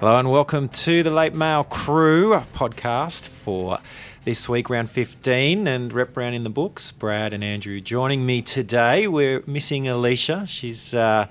Hello and welcome to the Late Mail Crew podcast for this week, round 15, and rep round in the books. Brad and Andrew joining me today. We're missing Alicia. She's uh,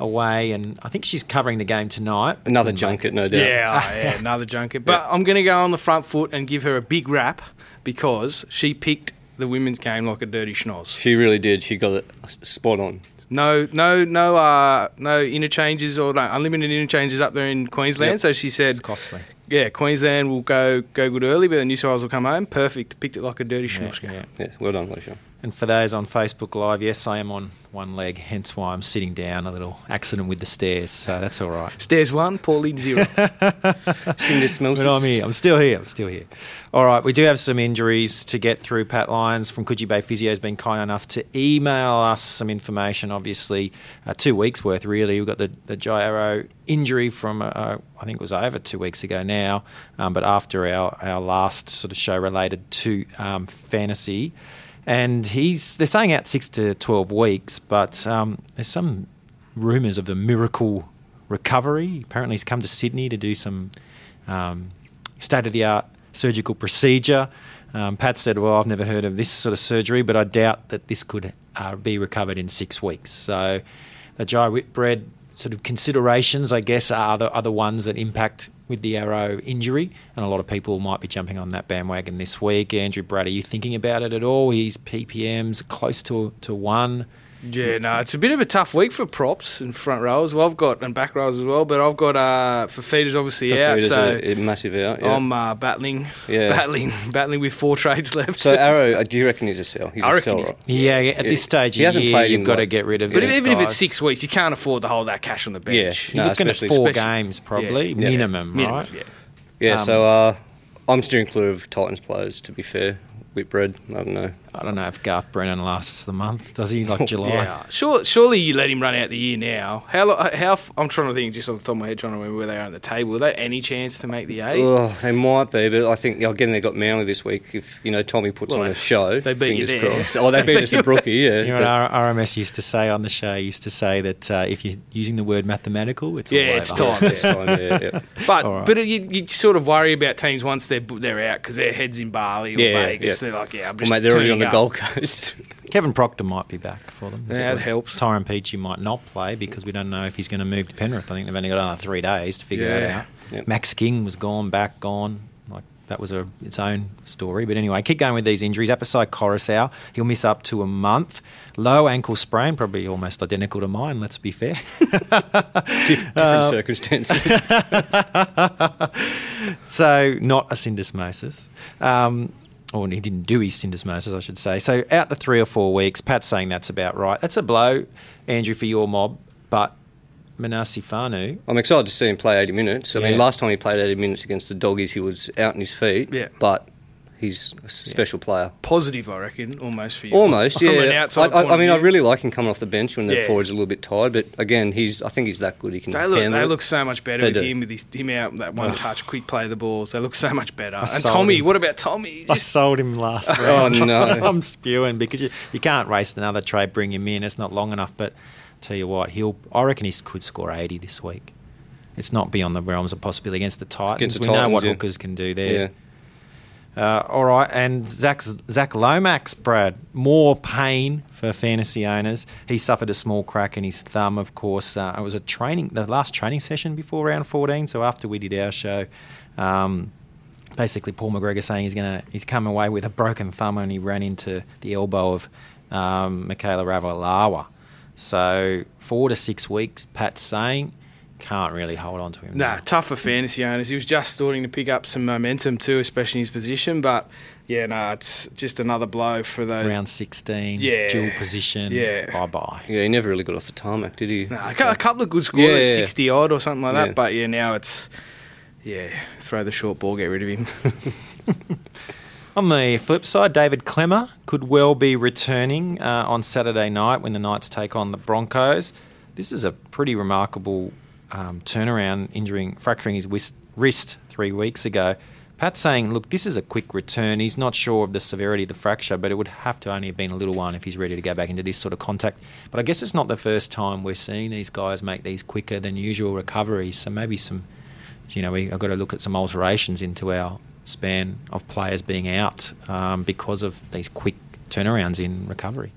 away, and I think she's covering the game tonight. Another junket, no doubt. Yeah, oh, yeah another junket. But I'm going to go on the front foot and give her a big rap because she picked the women's game like a dirty schnoz. She really did. She got it spot on. No, no, no, uh, no interchanges or no, unlimited interchanges up there in Queensland. Yep. So she It's said, costly. yeah, Queensland will go go good early, but then New South Wales will come home. Perfect. Picked it like a dirty Yeah, schnoz game. yeah. Yeah, well done, Alicia. And for those on Facebook Live, yes, I am on one leg, hence why I'm sitting down. A little accident with the stairs, so that's all right. Stairs one, Pauline zero. Sing this smells. But I'm here. I'm still here. I'm still here. All right. We do have some injuries to get through. Pat Lyons from Coogee Bay Physio has been kind enough to email us some information, obviously, uh, two weeks worth, really. We've got the, the gyro injury from, uh, I think it was over two weeks ago now, um, but after our, our last sort of show related to um, fantasy. And he's they're saying out six to 12 weeks, but um, there's some rumours of the miracle recovery. Apparently, he's come to Sydney to do some um, state of the art surgical procedure. Um, Pat said, Well, I've never heard of this sort of surgery, but I doubt that this could uh, be recovered in six weeks. So, the Jai Whitbread sort of considerations, I guess, are the other ones that impact with the arrow injury. And a lot of people might be jumping on that bandwagon this week. Andrew Brad, are you thinking about it at all? His PPM's close to, to one. Yeah, no, it's a bit of a tough week for props and front rows. Well, I've got and back rows as well, but I've got uh, for feeders obviously Yeah, out. So a, a massive out. Yeah. I'm uh, battling, Yeah. battling, battling with four trades left. so Arrow, uh, do you reckon he's a sell? He's I a reckon sell, he's- right? Yeah, at this Yeah. stage He of hasn't year, played you've in, got to like- get rid of but these even if it's guys. six weeks, you can't afford to hold that cash on the bench. You're No, looking at especially- four especially- games probably yeah. minimum, Minimum, right? yeah. Yeah. Um, so uh, I'm steering clear of Titans players. To be fair, Whitbread. I don't know. I don't know if Garth Brennan lasts the month. Does he like July? Yeah, sure. Surely you let him run out the year now. How? lo- How? f- I'm trying to think just off the top of my head, trying to remember where they are on the table. Are they any chance to make the eight? Oh, they might be, but I think again they got Manly this week. If you know Tommy puts Well, on a show, they beat you fingers there. crossed. Oh, they beat us at Brookie. Yeah. You know what R- RMS used to say on the show? Used to say that uh, if you're using the word mathematical, it's all Yeah, it's over. time. This time, yeah, yeah. But All right. but you, you sort of worry about teams once they're they're out because their heads in Bali or Yeah, yeah, Vegas. yeah. They're like, yeah, I'm Well, just mate, they're already on turning the up. Gold Coast. Kevin Proctor might be back for them. this Yeah, that week. helps. Tyron Peachy might not play because we don't know if he's going to move to Penrith. I think they've only got another three days to figure that Yeah. out. Yep. Max King was gone, back, gone. Like that was a its own story. But anyway, keep going with these injuries. Apasai Coruscant, he'll miss up to a month. Low ankle sprain, probably almost identical to mine. Let's be fair. Dif- different circumstances. So not a syndesmosis. Um, or he didn't do his syndesmosis, I should say. So out to three or four weeks. Pat's saying that's about right. That's a blow, Andrew, for your mob. But Manasi Fanu, I'm excited to see him play 80 minutes. I mean, Yeah. last time he played 80 minutes against the Doggies, he was out on his feet. Yeah. But he's a s- special player. Positive, I reckon, almost for you. Almost, From yeah. an outside I, I, point I of mean, I view. really like him coming off the bench when the Yeah. forwards are a little bit tired. But again, he's I think he's that good. He can They look, handle they it. look so much better They with do. him with his, him out that one touch, quick play of the balls. They look so much better. and sold Tommy, him. what about Tommy? I Just- sold him last Oh, round. no. I'm spewing because you, you can't race another trade, bring him in. It's not long enough. But tell you what, he'll. I reckon he could score 80 this week. It's not beyond the realms of possibility against the Titans. the we know what Titans, yeah. hookers can do there. yeah. Uh, all right, and Zach Zach Lomax, Brad, more pain for fantasy owners. He suffered a small crack in his thumb, of course. Uh, it was a training, the last training session before round fourteen. So after we did our show, um, basically Paul McGregor saying he's gonna he's come away with a broken thumb and he ran into the elbow of um, Michaela Ravalawa. So four to six weeks, Pat's saying can't really hold on to him. Nah, now. tough for fantasy owners. He was just starting to pick up some momentum too, especially in his position. But yeah, no, it's just another blow for those. round sixteen, Yeah. dual position, Yeah. bye bye. Yeah, he never really got off the tarmac, did he? Nah, a cou- a couple of good scorers, Yeah. sixty odd or something like that. Yeah. But yeah, now it's yeah, throw the short ball, get rid of him. On the flip side, David Clemmer could well be returning uh, on Saturday night when the Knights take on the Broncos. This is a pretty remarkable um, turnaround, injuring, fracturing his wrist, wrist three weeks ago. Pat's saying, look, this is a quick return. He's not sure of the severity of the fracture, but it would have to only have been a little one if he's ready to go back into this sort of contact. But I guess it's not the first time we're seeing these guys make these quicker than usual recoveries. So maybe some, you know, we, I've got to look at some alterations into our span of players being out um, because of these quick turnarounds in recovery.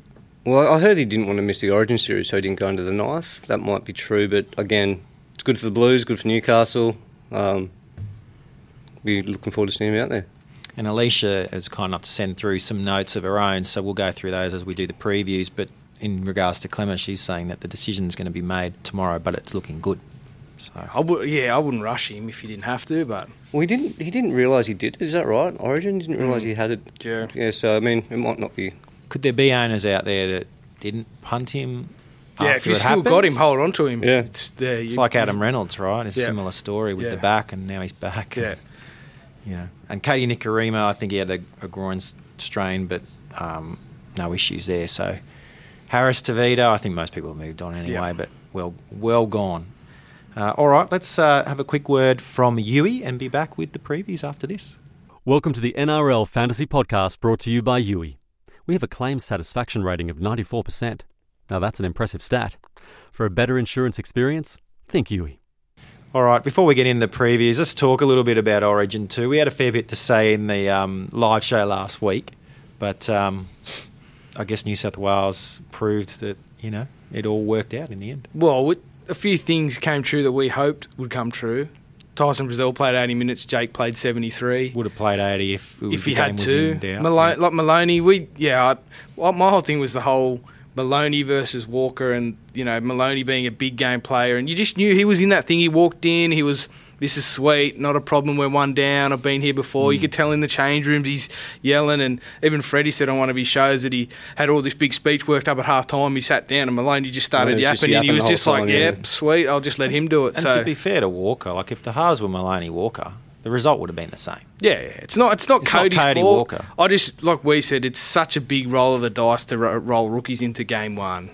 Well, I heard he didn't want to miss the Origin series, so he didn't go under the knife. That might be true, but again, it's good for the Blues, good for Newcastle. Um, be looking forward to seeing him out there. And Alicia is kind enough to send through some notes of her own, so we'll go through those as we do the previews. But in regards to Clemmer, she's saying that the decision is going to be made tomorrow, but it's looking good. So I would, yeah, I wouldn't rush him if you didn't have to, but Well, he didn't. He didn't realise he did. Is that right? Origin didn't Hmm. realise he had it. Yeah. Yeah. So I mean, it might not be. could there be owners out there that didn't punt him? yeah, if after you it still got happened? him, hold on to him. Yeah. it's, yeah, It's you- like Adam Reynolds, right? It's a Yeah. similar story with Yeah. the back, and now he's back. Yeah. you know. And Katie Nicarima, I think he had a, a groin s- strain, but um, no issues there. So Harris Tavita, I think most people have moved on anyway, Yeah. but well, well gone. Uh, all right, let's uh, have a quick word from Yui and be back with the previews after this. Welcome to the NRL Fantasy Podcast brought to you by Yui. We have a claim satisfaction rating of 94%. Now that's an impressive stat. For a better insurance experience, think Yui. All right, before we get into the previews, let's talk a little bit about Origin 2. We had a fair bit to say in the um, live show last week, but um, I guess New South Wales proved that, you know, it all worked out in the end. Well, with- a few things came true that we hoped would come true. Tyson Brazil played 80 minutes. Jake played 73. Would have played 80 if, it was- if he the game had was to. in doubt. Malone, like Maloney, we yeah. I, well, my whole thing was the whole Maloney versus Walker, and you know Maloney being a big game player, and you just knew he was in that thing. He walked in, he was. This is sweet, not a problem. We're one down. I've been here before. You Mm. could tell in the change rooms he's yelling, and even Freddie said on one of his shows that he had all this big speech worked up at half time. He sat down, and Maloney just he started was yapping, just and he yapping was the just whole like, time, yeah. "Yep, sweet. I'll just let him do it." And so to be fair to Walker, like if the halves were Maloney Walker, the result would have been the same. Yeah, yeah. it's not it's not It's not Cody's Cody fault. Walker. I just like we said, it's such a big roll of the dice to ro- roll rookies into game one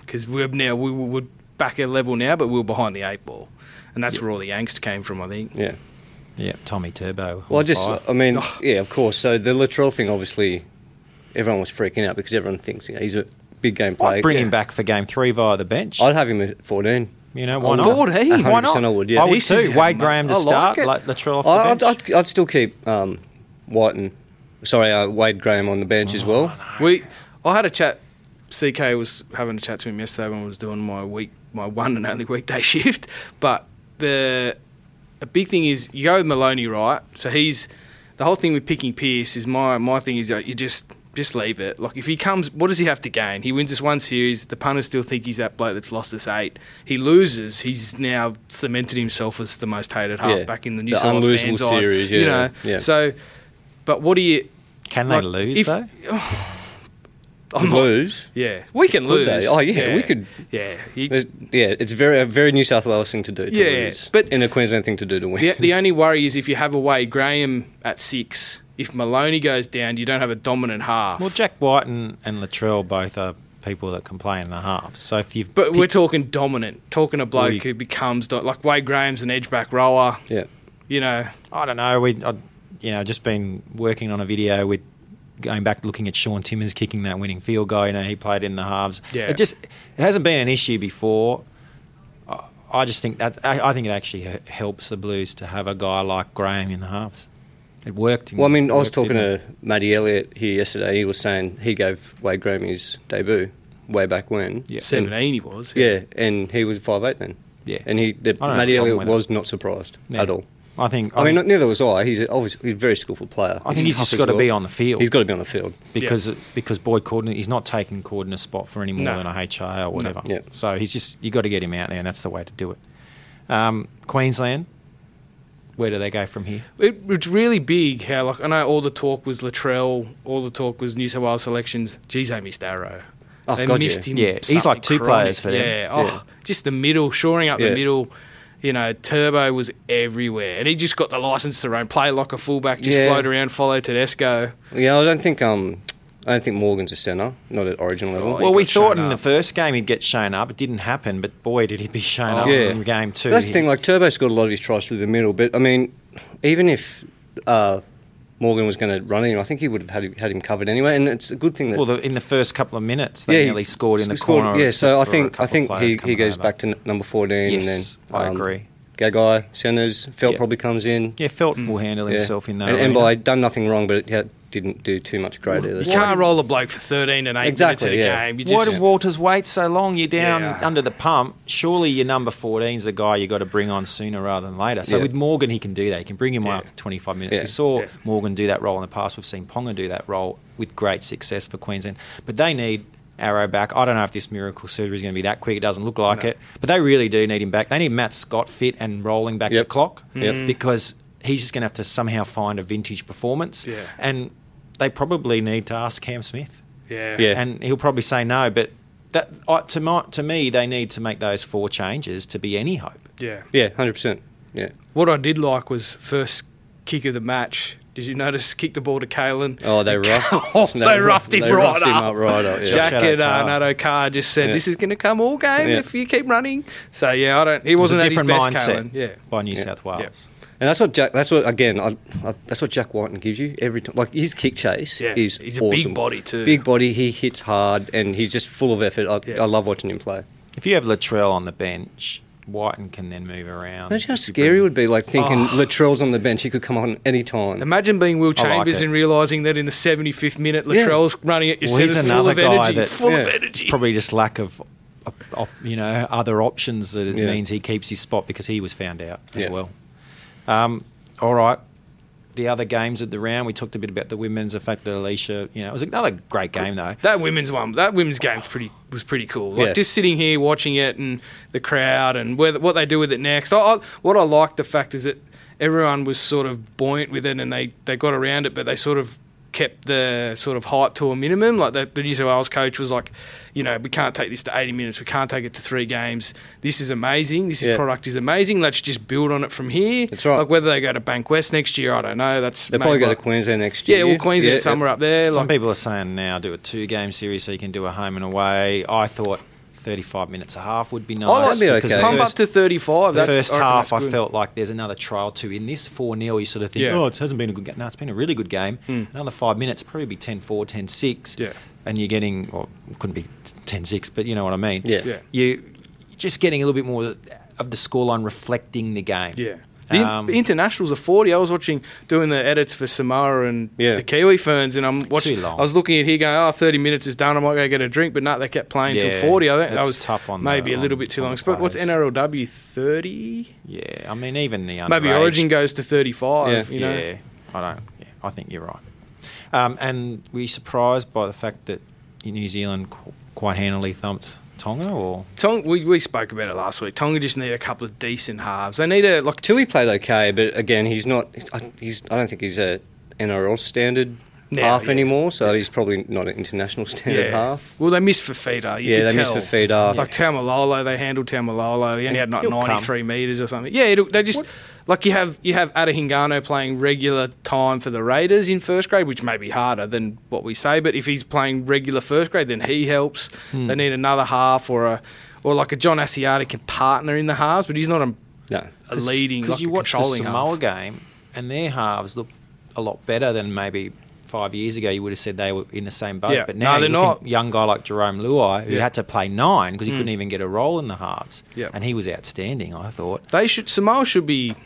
because we're now we were we're back a level now, but we were behind the eight ball, and that's where all the angst came from. I think. Yeah. Yeah, Tommy Turbo. Well, I on just. um, fire. I mean, yeah, of course. So the Latrell thing, obviously, everyone was freaking out because everyone thinks you know, he's a big game player. I'd bring him Yeah. back for game three via the bench. I'd have him at 14. you know, why I not? would. 100% Why not? I would. I Yeah. would This is too. how Wade much- Graham to I like start, it. like Latrell off the I, bench. I'd, I'd, I'd still keep um, White and sorry uh, Wade Graham on the bench Oh, as well. We I had a chat. CK was having a chat to him yesterday when I was doing my week my one and only weekday shift, but the a big thing is you go with Maloney, right? So he's the whole thing with picking Pierce is my my thing is that you just just leave it. Like if he comes, what does he have to gain? He wins this one series. The punters still think he's that bloke that's lost us eight. He loses. He's now cemented himself as the most hated half Yeah. back in the New The South Wales unlosable fans' eyes, series, You yeah. know. Yeah. So, but what do you? Can they like, lose if- though? I'm not- Lose. yeah, we can Could they? lose. Oh, yeah, we could- Yeah, You- There's, yeah, it's very a very New South Wales thing to do. To Yeah, lose, but- and a Queensland thing to do to win. the, the only worry is if you have away Graham at six. If Maloney goes down, you don't have a dominant half. Well, Jack White and, and Latrell both are people that can play in the half. So if you've but we're picked- talking dominant, talking a bloke We- who becomes do- like Wade Graham's an edge back rower. Yeah. You know, I don't know. We, I, you know, just been working on a video with going back looking at Sean Timmins kicking that winning field goal. You know, he played in the halves. Yeah. It just it hasn't been an issue before. I- I just think that I, I think it actually h- helps the Blues to have a guy like Graham in the halves. It worked. in- Well, I mean, I was worked, talking didn't to Matty Elliott here yesterday. He was saying he gave Wade Graham his debut way back when. Yeah. And, seventeen he was. yeah, and he was five eight then. Yeah. And he, the, I don't have a Matty problem Elliott with was not surprised it? at all. I think. I mean, not- neither was I. He's a- obviously he's a very skillful player. I think he's tough just as got to well. be on the field. He's got to be on the field. because because Boyd Corden he's not taking Corden a spot for any more No. than a HIA or whatever. Yeah. So he's just you got to get him out there, and that's the way to do it. Um, Queensland, where do they go from here? It, it's really big how like I know all the talk was Latrell, all the talk was New South Wales selections. Geez, they missed Arrow. Oh, they God, missed yeah. him. Yeah, he's like something two chronic. players for them. Yeah, oh, just the middle, shoring up Yeah. the middle. You know, Turbo was everywhere, and he just got the license to run, play like a fullback, just Yeah. float around, follow Tedesco. Yeah, I don't think um, I don't think Morgan's a centre, not at Origin level. Oh, he well, we got thought shown in the up. first game he'd get shown up. It didn't happen, but boy, did he be shown Oh. up Yeah. in game two. That's the He- thing. Like Turbo scored a lot of his tries through the middle, but I mean, even if uh, Morgan was going to run in, I think he would have had, had him covered anyway. And it's a good thing that Well, the, in the first couple of minutes, they he nearly scored in the s- scored- corner. Yeah, so I except for a think couple I of think players he, he coming goes over. back to n- number fourteen, Yes, and then I agree. Gagai centers, Felt Yeah. probably comes in. Yeah, Felton will handle Mm. Yeah. himself in that. and, and arena. by done nothing wrong, but it didn't do too much great either. You So- can't roll a bloke for 13 and 8 Exactly, minutes in a yeah. game. You Why just, did Walters wait so long? You're down Yeah. under the pump. Surely your number 14's the guy you got to bring on sooner rather than later. So Yeah. with Morgan, he can do that. He can bring him on Yeah. after 25 minutes. Yeah. We saw Yeah. Morgan do that role in the past. We've seen Ponga do that role with great success for Queensland. But they need Arrow back. I don't know if this miracle surgery is going to be that quick. It doesn't look like No. it. But they really do need him back. They need Matt Scott fit and rolling back Yep. the clock Yep. because he's just going to have to somehow find a vintage performance. Yeah. And they probably need to ask Cam Smith yeah. Yeah. and he'll probably say no. But that I to my to me, they need to make those four changes to be any hope. Yeah. yeah, hundred percent. Yeah. What I did like was first kick of the match. Did you notice? Kick the ball to Kalen. Oh, they roughed. Oh, they, roughed him they right roughed up. him up right up. Yeah. Jack Shout and out uh, Carr. Nato Carr just said Yeah. this is going to come all game Yeah. if you keep running. So yeah, I don't. He wasn't It at was his a best, different mindset Kalen. Yeah. by New Yeah. South Wales. And that's what Jack. That's what again. I, I, that's what Jack Whiten gives you every time. Like his kick chase Yeah, is he's a big awesome. body too. Big body. He hits hard and he's just full of effort. I, Yeah. I love watching him play. If you have Latrell on the bench, Whiten can then move around. Imagine how If you scary it bring- would be. Like thinking Oh. Latrell's on the bench. He could come on any time. Imagine being Will I like Chambers it. and realising that in the 75th minute, Yeah. Latrell's running at your Well, he's centres full another of guy energy. that- full of Yeah. energy. Probably just lack of. op- op- You know, other options that it Yeah. means he keeps his spot because he was found out Yeah. as well. Um, all right, the other games of the round, we talked a bit about the women's. The fact that Alicia, you know, it was another great game though. That women's one, that women's game pretty was pretty cool. Like Yeah. just sitting here watching it and the crowd and whether, what they do with it next. I, I, what I liked the fact is that everyone was sort of buoyant with it and they, they got around it, but they sort of kept the sort of hype to a minimum. Like the, the New South Wales coach was like, you know, we can't take this to 80 minutes. We can't take it to three games. This is amazing. This Yeah. is product is amazing. Let's just build on it from here. That's right. Like whether they go to Bankwest next year, I don't know. That's They'll probably maybe go to like- Queensland next year. Yeah, well, Queensland Yeah, somewhere up there. Some like, people are saying now do a two game series so you can do a home and away. I thought 35 minutes a half would be nice. Oh, that'd be because okay. the Pump first- up to 35. the that's, first I reckon half, that's I good. felt like there's another trial two in this 4 0. You sort of think, Yeah. Hmm. oh, it hasn't been a good game. No, it's been a really good game. Another five minutes, probably be 10 4, 10 6. Yeah. And you're getting, well, it couldn't be 10 6, but you know what I mean. Yeah. Yeah. You just getting a little bit more of the scoreline reflecting the game. Yeah. The in- Um, the internationals are 40. I was watching, doing the edits for Samoa and Yeah. the Kiwi Ferns, and I'm watching. long. I was looking at here going, oh, 30 minutes is done. I might go get a drink, but no, they kept playing till Yeah, 40. I think that that's was tough on the- maybe a little on- bit too on long. the But what's players. NRLW? 30? Yeah. I mean, even the underage. Maybe Origin goes to 35, Yeah. you know? Yeah, I don't. Yeah, I think you're right. Um, and were you surprised by the fact that New Zealand qu- quite handily thumped Tonga? Or Tong, we, we spoke about it last week. Tonga just need a couple of decent halves. They need a, like, Tui played okay, but again, he's not. I- He's. I don't think he's a NRL standard No, half yeah. anymore. So he's probably not an international standard half. Well, they missed Fafita. uh, You yeah, could they missed tell. Fafita. Like Taumalolo, they handled Taumalolo. He only had like He'll come. 93 meters or something. Yeah, it'll, they just like you have you have Adahingano playing regular time for the Raiders in first grade, which may be harder than what we say. But if he's playing regular first grade, then he helps. They need another half or a or like a John Asiata can partner in the halves, but he's not a, no. a leading like you a watch the controlling Samoa half. game, and their halves look a lot better than maybe five years ago. You would have said they were in the same boat, Yeah. but No, now they're you look at not. a young guy like Jerome Luai who Yeah. Hmm. had to play nine because he couldn't even get a role in the halves, Yeah. and he was outstanding. I thought. They should Samoa should be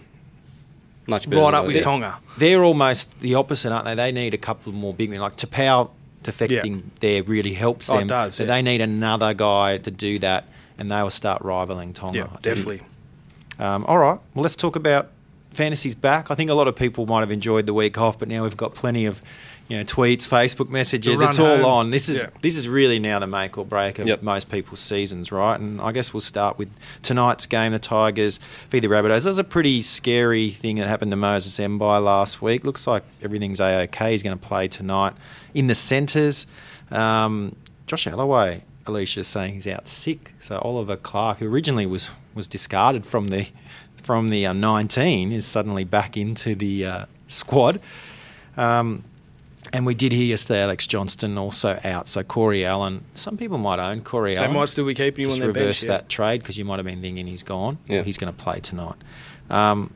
Much better. right than up what with they- Tonga. they're almost the opposite, aren't they? They need a couple more big men. Like Tapau defecting there really helps Oh, it them. does, so yeah. they need another guy to do that, and they will start rivaling Tonga. I Yeah, think. definitely. Um, all right. Well, let's talk about fantasies back. I think a lot of people might have enjoyed the week off, but now we've got plenty of you know tweets, Facebook messages. run It's all home. on. This is Yeah. this is really now the make or break of Yep. most people's seasons, right? And I guess we'll start with tonight's game, the Tigers feed the Rabbitohs. That was a pretty scary thing that happened to Moses Mbai last week. Looks like everything's a okay. He's going to play tonight in the centres. Um, Josh Alloway, Alicia's saying he's out sick. So Oliver Clark, who originally was was discarded from the from the uh, 19, is suddenly back into the uh, squad. Um, and we did hear yesterday Alex Johnston also out. So Corey Allen, some people might own Corey They Allen. might still be keeping him Just on their reverse bench. yeah. that trade because you might have been thinking he's gone. Yeah. He's going to play tonight. Um,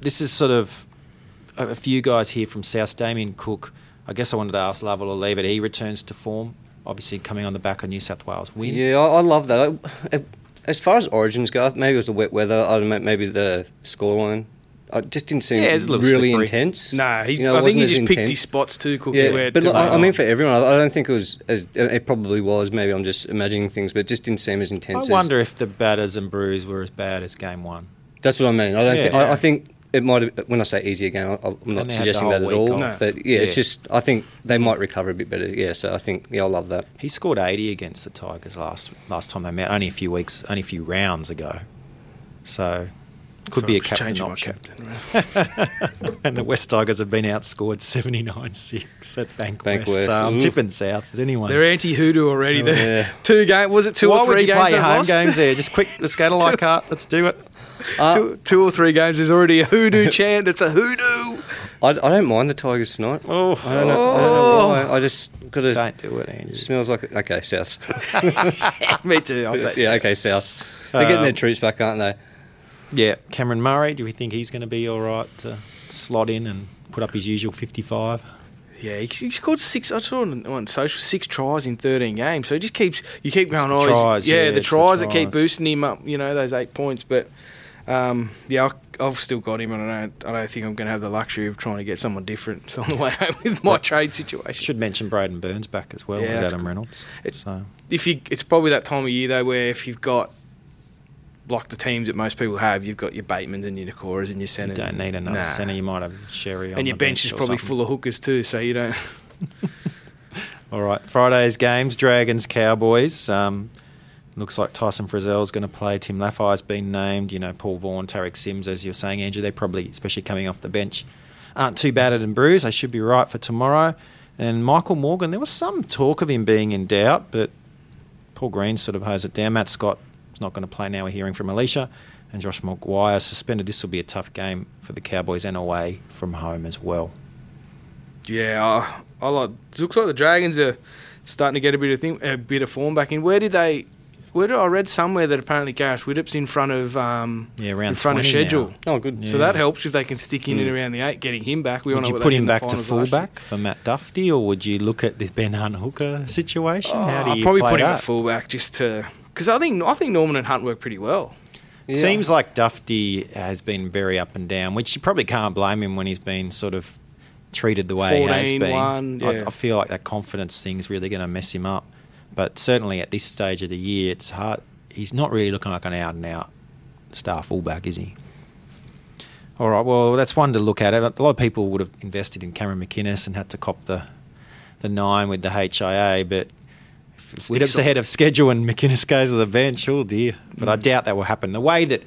this is sort of a few guys here from South. Damien Cook. I guess I wanted to ask Lovell to leave it. He returns to form, obviously coming on the back of New South Wales win. Yeah, I, I love that. I, I- as far as origins go, maybe it was the wet weather. I don't know, maybe the scoreline. I just didn't seem Yeah, it's a little really slippery. intense. No, he, You know, it I think wasn't he as just picked intense. his spots too quickly. Yeah, where but to look, I, lay I mean on. for everyone, I, I don't think it was as it probably was. Maybe I'm just imagining things, but it just didn't seem as I intense. as- wonder if the batters and brews were as bad as game one. That's what I mean. I don't. Yeah. think, I, I think it might have. When I say easy again, I, I'm they had not the suggesting whole that at week all. off. No. But yeah, it's Yeah. just I think they might recover a bit better. Yeah, so I think yeah, I love that. He scored 80 against the Tigers last last time they met, only a few weeks, only a few rounds ago. So could So be a I'm just captain changing my option. captain. and the West Tigers have been outscored 79-6 at Bankwest. Bankwest, So I'm ooh. tipping Souths. Is anyone? They're anti-hoodoo already. They're Yeah. two game was it two Why or would three you games? Uh, play your they've home lost? games there? Just quick, let's go to Leichhardt. Let's do it. Uh, two, two or three games. There's already a hoodoo chant. It's a hoodoo. I, I don't mind the Tigers tonight. Oh, I don't know, I, don't know why. I just got a. don't do it, Andy. Smells like okay, South. Me too. I'll take yeah, Souths. okay, South. They're getting their Um, troops back, aren't they? Yeah, Cameron Murray. Do we think he's going to be all right to slot in and put up his usual 55? Yeah, he, he scored six. I saw on, on social six tries in thirteen games. So he just keeps you keep going. the oh, he's- tries, yeah, yeah, the it's the tries that keep tries. boosting him up. You know those eight points, but um, yeah, I, I've still got him, and I don't. I don't think I'm going to have the luxury of trying to get someone different. So on the way home with my trade situation, Should mention Braden Burns back as well Yeah, as that's Adam good. Reynolds. It's- so if you, it's probably that time of year though where if you've got like the teams that most people have, you've got your Batemans and your Nakoras and your you centers. don't need another centre. You might have Sherry on and your the bench, is or probably something. full of hookers too. So you don't. All right, Friday's games: Dragons, Cowboys. Um, looks like Tyson Frizzell's going to play. Tim Laffey's been named. You know, Paul Vaughan, Tarek Sims, as you're saying, Andrew. They're probably, especially coming off the bench, aren't too battered and bruised. They should be right for tomorrow. And Michael Morgan, there was some talk of him being in doubt, but Paul Green sort of hose it down. Matt Scott is not going to play now. We're hearing from Alicia. And Josh McGuire suspended. This will be a tough game for the Cowboys and away from home as well. Yeah, I, I like. It looks like the Dragons are starting to get a bit of thing, a bit of form back in. Where did they? Where did I read somewhere that apparently Gareth Widdop's in front of um Yeah, around in front 20 of now. schedule. Oh, good. Mm. So Yeah. that helps if they can stick in and around the eight, getting him back. We all Would know you what put they did him in the back to finals last year. fullback for Matt Duffy, or would you look at this Ben Hunt hooker situation? How do Oh, you I'd probably play put him that? at fullback just to because I think I think Norman and Hunt work pretty well. Yeah. Seems like Duffy has been very up and down, which you probably can't blame him when he's been sort of treated the way he has 14, been. one, I, yeah. I feel like that confidence thing's really going to mess him up. But certainly at this stage of the year, it's hard. He's not really looking like an out and out star fullback, is he? All right. Well, that's one to look at. A lot of people would have invested in Cameron McInnes and had to cop the the nine with the HIA, but if Sticks Widdop's on. ahead of schedule and McInnes goes to the bench, oh dear. But Mm. I doubt that will happen. The way that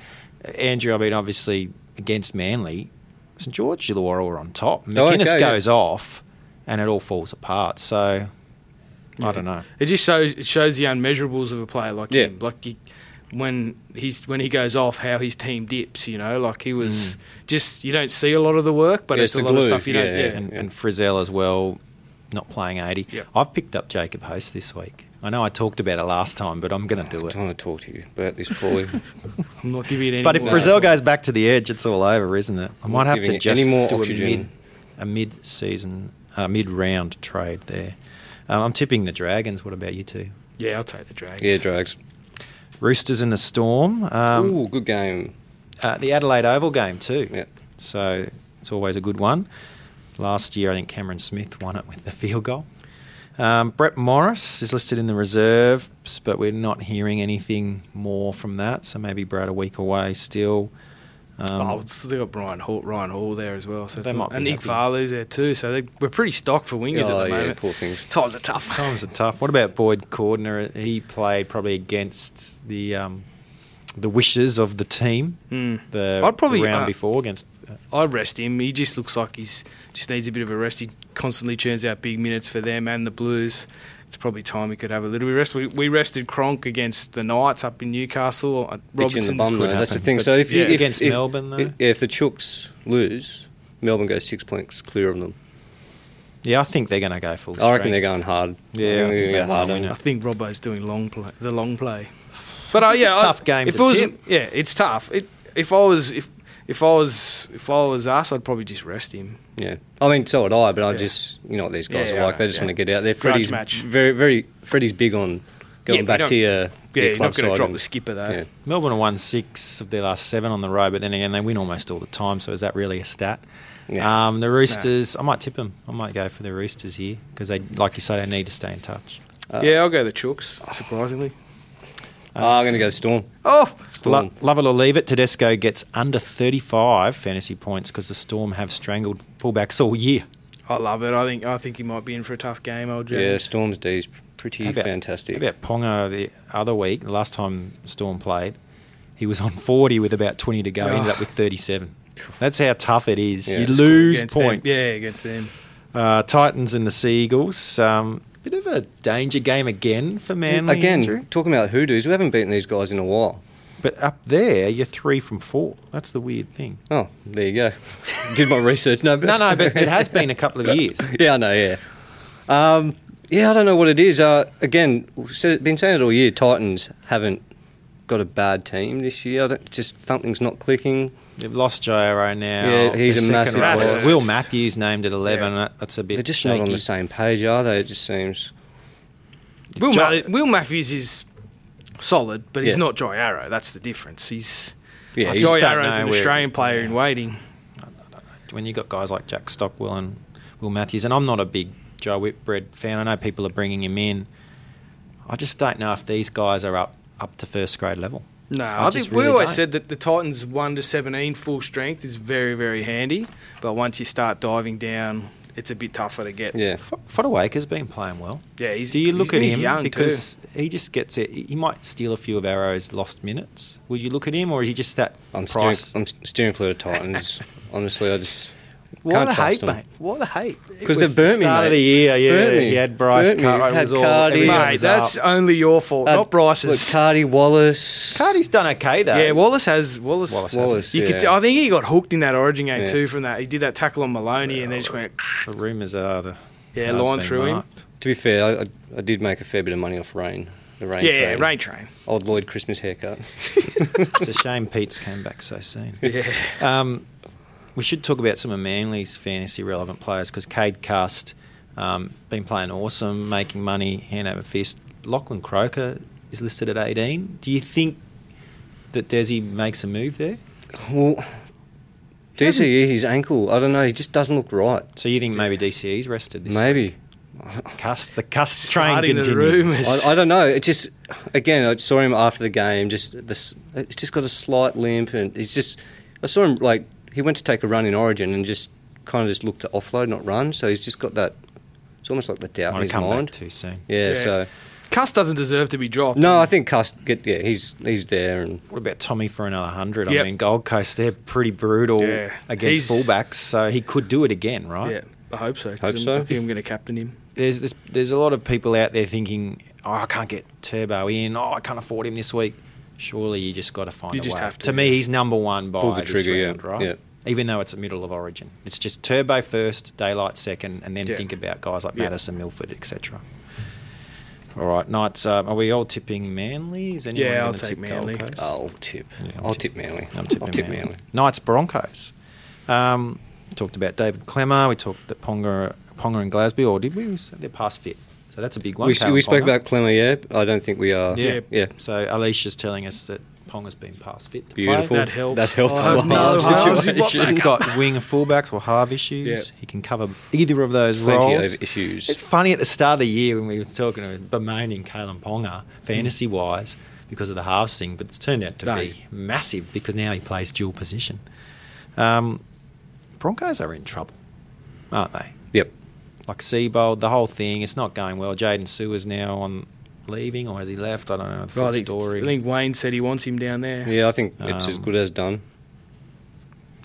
uh, Andrew, I mean, obviously against Manly, St George Illawarra were on top. Oh, McInnes okay, yeah. goes off, and it all falls apart. So I don't know. It just shows it shows the unmeasurables of a player like Yeah. him. Like he, when he's when he goes off, how his team dips. You know, like he was Hmm. just you don't see a lot of the work, but Yeah, it's, it's the a lot of glue. stuff you don't. Yeah, Yeah, and, and Frizzell as well, not playing 80. Yep. I've picked up Jacob Host this week. I know I talked about it last time, but I'm going to do I it. don't want to talk to you about this poorly. I'm not giving it any. But if more Frizzell thought. goes back to the edge, it's all over, isn't it? I might have giving to it just any more do oxygen. a mid, a mid-season, uh, mid-round trade there. Um, I'm tipping the Dragons. What about you two? yeah, I'll take the Dragons. yeah, drags. Roosters in the Storm. Um, Ooh, good game. uh, the Adelaide Oval game too. Yeah. So it's always a good one. Last year, I think Cameron Smith won it with the field goal. Um, Brett Morris is listed in the reserves, but we're not hearing anything more from that. So maybe Brad a week away still. Um, oh, it's, they got Brian Hall, Ryan Hall there as well. So They it's might not- be and Nick happy. Farley's there too. So they, we're pretty stocked for wingers oh, at the yeah, moment. poor things. Times are tough. Times are tough. What about Boyd Cordner? He played probably against the um, the wishes of the team. Hmm. Mm. The, I'd probably, the round uh, before against. I rest him. He just looks like he's just needs a bit of a rest. He constantly churns out big minutes for them and the Blues. It's probably time he could have a little bit of rest. We, we rested Cronk against the Knights up in Newcastle. Uh, Bitch in Robertson's the bum, though. could That's the happen. thing. But so if you yeah, if, against if- Melbourne, though. yeah, if the Chooks lose, Melbourne goes six points clear of them. Yeah, I think they're going to go full. I reckon they're strength. going hard. Yeah, I think I think they're they going hard. will on win it. I think Robbo's doing long play, the long play. uh, This is a tough game If to it was, tip. yeah, it's tough. It, if I was if if I was if I was us, I'd probably just rest him. Yeah, I mean, so would I, but I Yeah. just you know what these Yeah, guys yeah, are I like. They know, just yeah. want to get out there. Grudge Freddie's match. very, very. Freddie's big on going Yeah, back but you to don't- your, Yeah, your you're club not going side to drop and- the skipper though. yeah. Melbourne have won six of their last seven on the road, but then again, they win almost all the time. So is that really a stat? Yeah. Um, the Roosters, I might tip them. I might go for the Roosters here because they, like you say, they need to stay in touch. Uh, yeah, I'll go the Chooks. Surprisingly. Oh, I'm going to go Storm. Oh, Storm. Lo- love it or leave it, Tedesco gets under 35 fantasy points because the Storm have strangled fullbacks all year. I love it. I think I think he might be in for a tough game, old Jim. yeah, Storm's D is pretty How about- fantastic. How about Ponga the other week, the last time Storm played, he was on 40 with about 20 to go. He ended up with 37. That's how tough it is. Yeah. You Score lose Against them. points. Yeah, against them. Uh, Titans and the Seagulls. Um, bit of a danger game again for Manly. Again, Andrew. talking about hoodoos, we haven't beaten these guys in a while. But up there, you're three from four. That's the weird thing. Oh, there you go. Did my research. No, but No, no, but it has been a couple of years. yeah, I know. Yeah, um, yeah. I don't know what it is. Uh, again, we've said, been saying it all year. Titans haven't got a bad team this year. I don't, just something's not clicking. They've lost JRO now. Yeah, he's The a second massive row. loss. Will Matthews named at 11. That- That's a bit They're just shaky. not on the same page, are they? It just seems. Will, Ja- Ma- Will Matthews is solid, but he's Yeah. not Joy Arrow. That's the difference. He's Yeah, I he's- just Joy don't Arrow's know an where- Australian player in waiting. When you've got guys like Jack Stockwell and Will Matthews, and I'm not a big Joe Whitbread fan. I know people are bringing him in. I just don't know if these guys are up, up to first grade level. No, I I, just think really we always don't. said that the Titans one to seventeen full strength is very very handy, but once you start diving down, it's a bit tougher to get. Yeah, F- Fodawaker's been playing well. Yeah, he's- Do you look he's- at he's him young because he just gets it? He might steal a few of Arrow's lost minutes. Would you look at him, or is he just that I'm steering, price? I'm steering clear of Titans. Honestly, I just What can't the trust hate, them. mate! What the hate! It 'Cause was they burnt the me, start of mate. the year. Yeah, Burnt me. you had Bryce Burnt me. Cartwright. it Had was all, Cardi. everyone Mate, was that's up. only your fault, Uh, not Bryce's. Look, Cardi Wallace. Cardi's done okay though. yeah, Wallace has Wallace. Wallace has Wallace. You yeah. could, I think he got hooked in that Origin game Yeah. too. From that, he did that tackle on Maloney, and then just went. the rumours are the Yeah, card's line been through him. marked. to be fair, I, I, I did make a fair bit of money off Rain. The Rain. Yeah, trade. rain train. Old Lloyd Christmas haircut. It's a shame Pete's came back so soon. Yeah, Um, we should talk about some of Manly's fantasy relevant players because Cade Cust um, been playing awesome, making money hand over fist. Lachlan Croker is listed at eighteen. Do you think that Desi makes a move there? Well, DCE, his ankle, I don't know, he just doesn't look right. So you think maybe DCE's rested this? Maybe. Cust the Cust train Starting the continues. rumours. I, I don't know. It just, again, I saw him after the game, just this, it's just got a slight limp, and he's just, I saw him, like, he went to take a run in Origin and just kind of just looked to offload, not run, so he's just got that, it's almost like the doubt in Might have his come mind. back too soon. yeah, Yeah. so. Cuss doesn't deserve to be dropped. No, I think Cust, get, yeah, he's he's there, and What about Tommy for another hundred? I Yep. mean, Gold Coast they're pretty brutal Yeah. against He's- fullbacks, so he could do it again, right? Yeah, I hope so. 'cause Hope I'm- so. I think I'm going to captain him. there's, there's there's a lot of people out there thinking, oh, I can't get Turbo in. Oh, I can't afford him this week. Surely you just got to find You a just way. have to, to me, yeah. he's number one by Pull the this trigger, yeah, round, right? yeah. Even though it's the middle of Origin, it's just Turbo first, Daylight second, and then Yeah. think about guys like Yeah. Madison, Milford, etc. All right, Knights. Um, are we all tipping Manly? Is anyone Yeah, gonna I'll take tip Gold Manly. Coast? I'll tip. Yeah, I'm I'll tip- tip Manly. I'm tipping I'll tip Manly. Manly. Knights Broncos. Um, talked about David Clemmer. We talked that Ponga, Ponga and Glasby, or did we? We said They're past fit. So that's a big one. We, Kalen we spoke Ponga. about Clemmer, yeah. but I don't think we are. Yeah. yeah. So Alicia's telling us that Ponga's been past fit to Beautiful. play. That helps. That helps a Oh, lot. no, of Harvey, what situations. He's got wing fullbacks or half issues. Yeah. He can cover either of those Plenty roles. of issues. It's funny at the start of the year when we were talking about bemoaning Kalen Ponga fantasy wise because of the halves thing, but it's turned out to No. be massive because now he plays dual position. Um, Broncos are in trouble, aren't they? Yep. Like Seabold, the whole thing, it's not going well. Jaden Sewer's now on leaving, or has he left? I don't know the full I think, story. I think Wayne said he wants him down there. Yeah, I think it's as Um, good as done.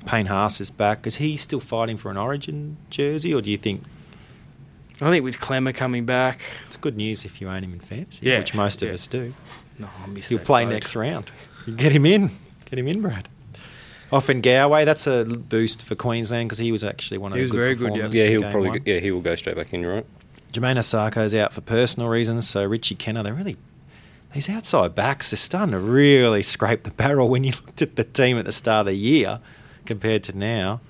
Payne Haas is back. Is he still fighting for an Origin jersey, or do you think I think with Clemmer coming back, it's good news if you own him in fantasy, Yeah, which most of yeah. us do? no, I miss He'll that play bloke. next round. You get him in. Get him in, Brad. Off in Galway, that's a l- boost for Queensland because he was actually one of He the was good very good, yeah. performers Yeah, in he'll game probably. one. Yeah, he will go straight back in, right? Jermaine Sarko's out for personal reasons, so Richie Kenner, they're really these outside backs are starting to really scrape the barrel when you looked at the team at the start of the year. compared to now.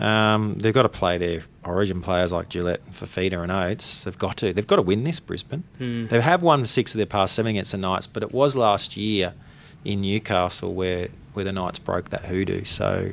Um, they've got to play their origin players like Gillette, Fafita, and Oates. They've got to. They've got to win this Brisbane. They have won six of their past seven against the Knights, but it was last year in Newcastle where, where the Knights broke that hoodoo. So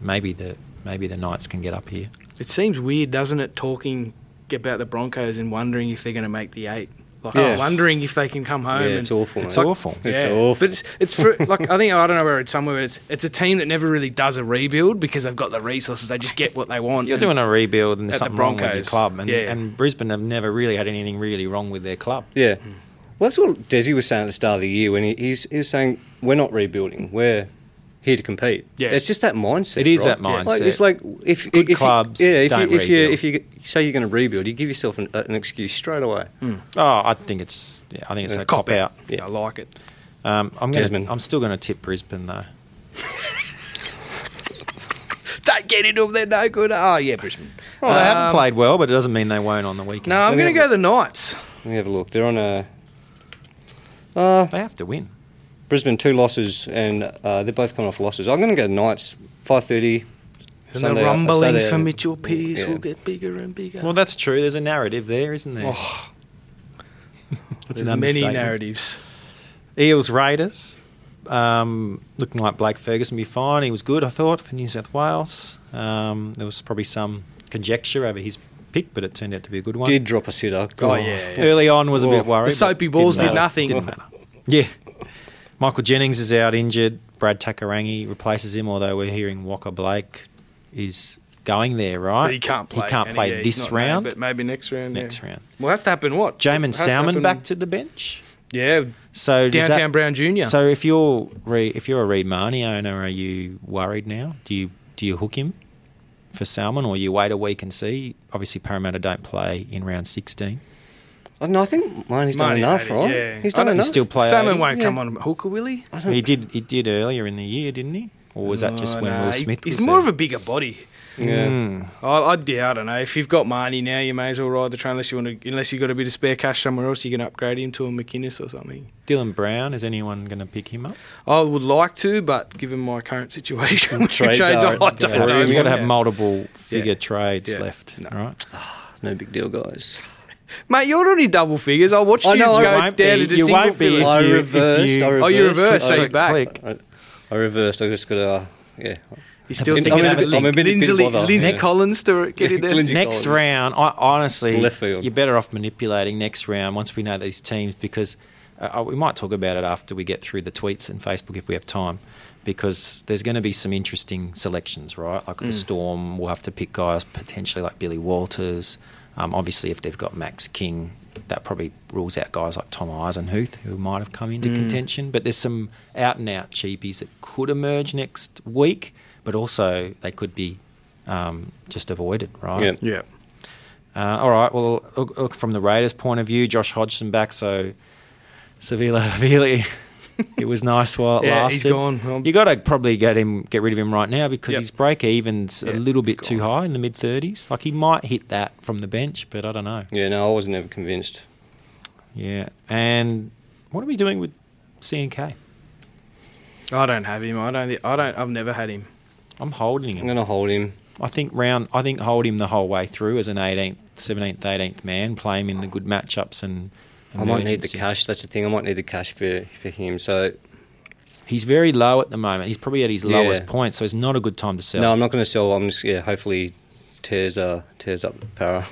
maybe the maybe the Knights can get up here. It seems weird, doesn't it, talking about the Broncos and wondering if they're going to make the eight. Like oh, Yeah. wondering if they can come home. Yeah, and it's awful. It's mate. awful. It's Yeah. awful. But it's, it's for, like I think I don't know where it's somewhere. But it's it's a team that never really does a rebuild because they've got the resources. They just get what they want. You're and- doing a rebuild and At there's the something wrong with your Broncos, club. And, yeah. and Brisbane have never really had anything really wrong with their club. Yeah. Well, that's what Desi was saying at the start of the year when he, he's, he was saying, we're not rebuilding, we're here to compete. Yeah. It's just that mindset. It is right? that Like, mindset. it's like if, Good if clubs you, yeah, if don't you, if you, rebuild. if you g- say you're going to rebuild, you give yourself an, an excuse straight away. Oh, I think it's yeah, I think it's Yeah. a cop out. Yeah, I like it. Um, I'm Desmond. gonna, I'm still going to tip Brisbane though. Don't get into them. They're no good. Oh yeah, Brisbane. Well, they haven't Um, played well, but it doesn't mean they won't on the weekend. No, I'm Let me going to have go the Knights. Let me have a look. They're on a. Uh, they have to win. Brisbane, two losses, and uh, they're both coming off losses. I'm going to go Knights, 5.30. And Sunday- the rumblings Saturday- for Mitchell Pearce Yeah. will get bigger and bigger. Well, that's true. There's a narrative there, isn't there? Oh, That's there's an many understatement. narratives. Eels Raiders. Um, looking like Blake Ferguson will be fine. He was good, I thought, for New South Wales. Um, there was probably some conjecture over his pick, but it turned out to be a good one. Did drop a sitter. Oh, God. yeah. Early on was a bit worried. The soapy but balls didn't did matter. nothing. Didn't matter. Yeah. Michael Jennings is out injured. Brad Takarangi replaces him, although we're hearing Walker Blake is going there, right? But he can't play. He can't and play yeah, he's this not named, round. but maybe next round. next yeah. round. Well, that's happened. What? Jamin Has Salmon happened- back to the bench. Yeah, So does downtown that, Brown Junior. So if you're re, if you're a Reed Marnie owner, are you worried now? Do you do you hook him for Salmon, or you wait a week and see? Obviously, Parramatta don't play in round sixteen. I, no, I think Marnie's done Marnie enough, made it, right? yeah. He's I done don't- eh? enough. Still play. Salmon 80. won't yeah. come on hooker, will he? He did. He did earlier in the year, didn't he? Or was that just Oh, when nah, Will he- Smith? He's was more there? of a bigger body. Yeah. Mm. I, I, yeah, I don't know. If you've got Marnie now, you may as well ride the train unless you want to. Unless you've got a bit of spare cash somewhere else, you can upgrade him to a McInnes or something. Dylan Brown. Is anyone going to pick him up? I would like to, but given my current situation, with Trades trades, I are- don't Yeah. We've know. We've got to Yeah. have multiple figure Yeah. trades Yeah. left, No. right? No big deal, guys. Mate, you're already double figures. I watched I you know, go I down won't be. to the You single won't be. figure. I you- if reversed. you- I reversed. Oh, you reversed, so I, you're back. Click. I, I reversed. I just got to. Yeah. He's still I'm thinking a about bit- I'm a bit- bit Lindsay, bothered. Lindsay Next- Collins to get in there. Lindsay Next Collins. round, I, honestly, Left field. you're better off manipulating next round once we know these teams because uh, uh, we might talk about it after we get through the tweets and Facebook if we have time. Because there's going to be some interesting selections, right? Like the Storm will have to pick guys potentially like Billy Walters. Um, obviously, if they've got Max King, that probably rules out guys like Tom Eisenhuth, who might have come into contention. But there's some out and out cheapies that could emerge next week, but also they could be um, just avoided, right? Yeah. Yeah. Uh, all right. Well, look, look from the Raiders' point of view, Josh Hodgson back. So Sevilla, Havili, it was nice while it Yeah, lasted. he's gone. Um, you got to probably get him, get rid of him right now because Yep. his break even's a Yeah, little he's bit too high in the mid thirties. Like he might hit that from the bench, but I don't know. Yeah, no, I wasn't ever convinced. Yeah. And what are we doing with CNK? I don't have him. I don't. thi- I don't. I've never had him. I'm holding I'm him. going to hold him. I think round. I think hold him the whole way through as an 18th, 17th, 18th man. Play him in the good matchups and. I might need the emergency. cash. That's the thing. I might need the cash for, for him. So, He's very low at the moment. He's probably at his Yeah. lowest point, so it's not a good time to sell. no, I'm not going to sell. I'm just, yeah, hopefully tears, uh, tears up para.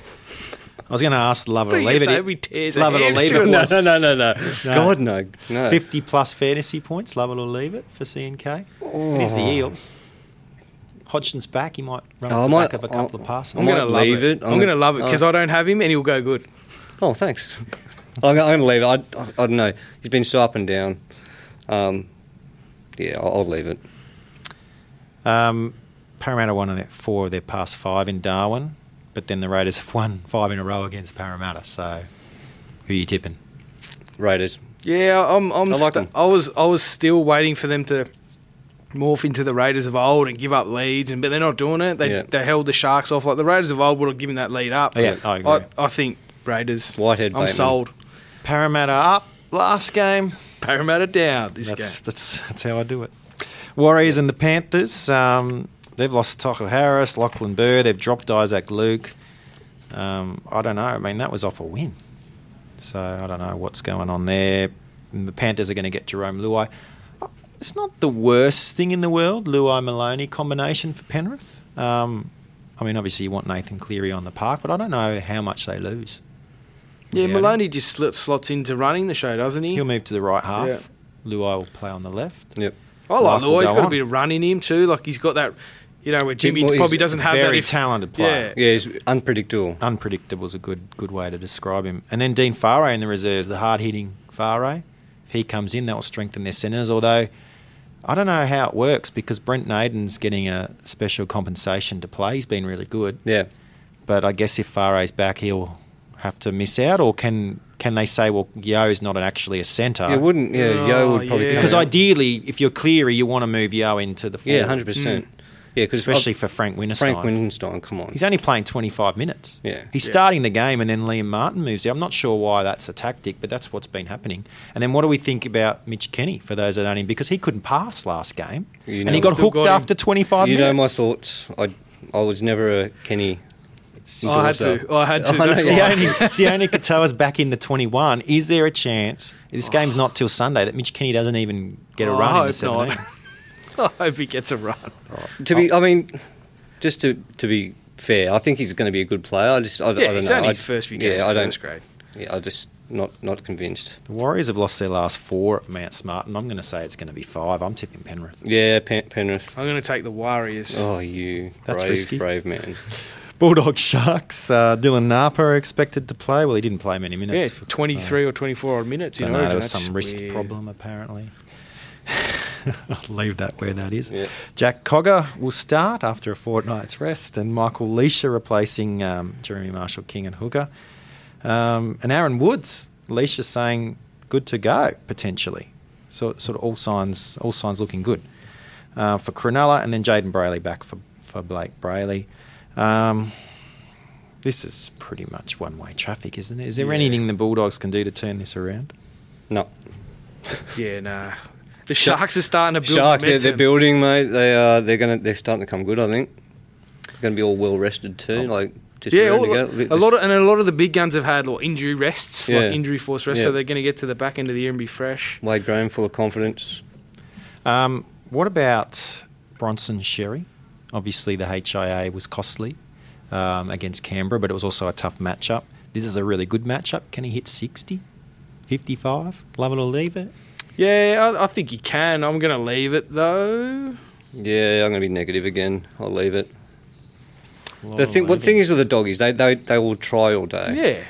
I was going to ask Love It or Think Leave it's It. every tears Love It or ahead. Leave It. No, was no, no. God, no. no. 50 plus fantasy points, Love It or Leave It for CNK. It is the Eels. Hodgson's back. He might run Oh, off I the might- back of a couple I'll- of passes. I I'm gonna might love leave it. it. I'm I'm, gonna gonna- love it because uh, I don't have him and he'll go good. Oh, thanks. I'm, gonna- I'm going to leave it. I, I, I don't know. He's been so up and down. Um, yeah, I'll, I'll leave it. Um, Parramatta won on their- four of their past five in Darwin, but then the Raiders have won five in a row against Parramatta. So who are you tipping? Raiders. Yeah, I'm. I'm I like st- them. I was. I was still waiting for them to morph into the Raiders of old and give up leads, and but they're not doing it. They Yeah. they held the Sharks off like the Raiders of old would have given that lead up. Yeah, I agree. I, I think Raiders. Whitehead, I'm Bateman. sold. Parramatta up. Last game. Parramatta down this that's, game. that's that's how I do it. Warriors and the Panthers. Um, They've lost Tucker Harris, Lachlan Burr. They've dropped Isaac Luke. Um, I don't know. I mean, that was off a win. So I don't know what's going on there. And the Panthers are going to get Jerome Luai. It's not the worst thing in the world, Luai Maloney combination for Penrith. Um, I mean, obviously you want Nathan Cleary on the park, but I don't know how much they lose. Yeah, Yeah. Maloney just sl- slots into running the show, doesn't he? He'll move to the right half. Yeah. Luai will play on the left. Yep. I like Life will Law. He's go got a on. bit of run in him too. Like he's got that, you know, where Jimmy more- he's probably doesn't have that. Very If, talented player. Yeah. Yeah, he's unpredictable. Unpredictable is a good good way to describe him. And then Dean Farray in the reserves, the hard hitting Farray. If he comes in, that will strengthen their centres. Although I don't know how it works because Brent Naden's getting a special compensation to play. He's been really good. Yeah. But I guess if Faray's back, he'll have to miss out. Or can can they say, well, Yo's not an, actually a centre? It wouldn't. Yeah, Oh, Yo would probably yeah. come Because out. ideally, if you're Cleary, you want to move Yo into the Yeah, forwards, hundred percent. Mm. Yeah, because especially for Frank Winterstein. Frank Windenstein. Come on. He's only playing 25 minutes. Yeah. He's Yeah. starting the game and then Liam Martin moves out. I'm not sure why that's a tactic, but that's what's been happening. And then what do we think about Mitch Kenny for those that don't him? Because he couldn't pass last game You and he know- got Still hooked got him. after 25 you minutes. know my thoughts. I I was never a Kenny. I had to. I had to. I know, That's yeah. why. Sione, Sione Katoa's back in the 21. Is there a chance? This game's not till Sunday that Mitch Kenny doesn't even get a Oh, run I in the hope not. 17. I hope he gets a run. To Oh. be, I mean, just to to be fair, I think he's going to be a good player. I just, I, I Yeah, don't it's know. only I, first few games. Yeah, I First don't. grade. Yeah, I just not not convinced. The Warriors have lost their last four at Mount Smart, and I'm going to say it's going to be five. I'm tipping Penrith. Yeah, Pen- Penrith. I'm going to take the Warriors. Oh, you That's brave, risky. brave man. Bulldog Sharks. Uh, Dylan Napa expected to play. Well, he didn't play many yeah, minutes. 23 or 24 odd minutes. So, You so know, no, there was some wrist problem apparently. I'll leave that where that is. Yeah. Jack Cogger will start after a fortnight's rest, and Michael Leisha replacing um, Jeremy Marshall King and Hooker, um, and Aaron Woods. Leisha saying good to go potentially. So sort of all signs, all signs looking good uh, for Cronulla, and then Jaden Brayley back for for Blake Brayley. Um, this is pretty much one way traffic, isn't it? Is there Yeah. anything the Bulldogs can do to turn this around? No. Yeah, nah. The Sharks are starting to build Sharks, they're, momentum. they're building, mate. They are. They're gonna. They're starting to come good. I think. They're gonna be all well rested too. Like just Oh. yeah, ready all, to a go. This- lot of and a lot of the big guns have had like injury rests, Yeah. like injury force rests, Yeah. so they're going to get to the back end of the year and be fresh. Wade Graham full of confidence. Um, what about Bronson Sherry? Obviously, the HIA was costly um, against Canberra, but it was also a tough matchup. This is a really good matchup. Can he hit 60, 55? Love it or leave it? Yeah, I, I think you can. I'm going to leave it though. Yeah, I'm gonna be negative again. I'll leave it. Love The it or thing, what leave thing it? is with the doggies? They they they will try all day. Yeah.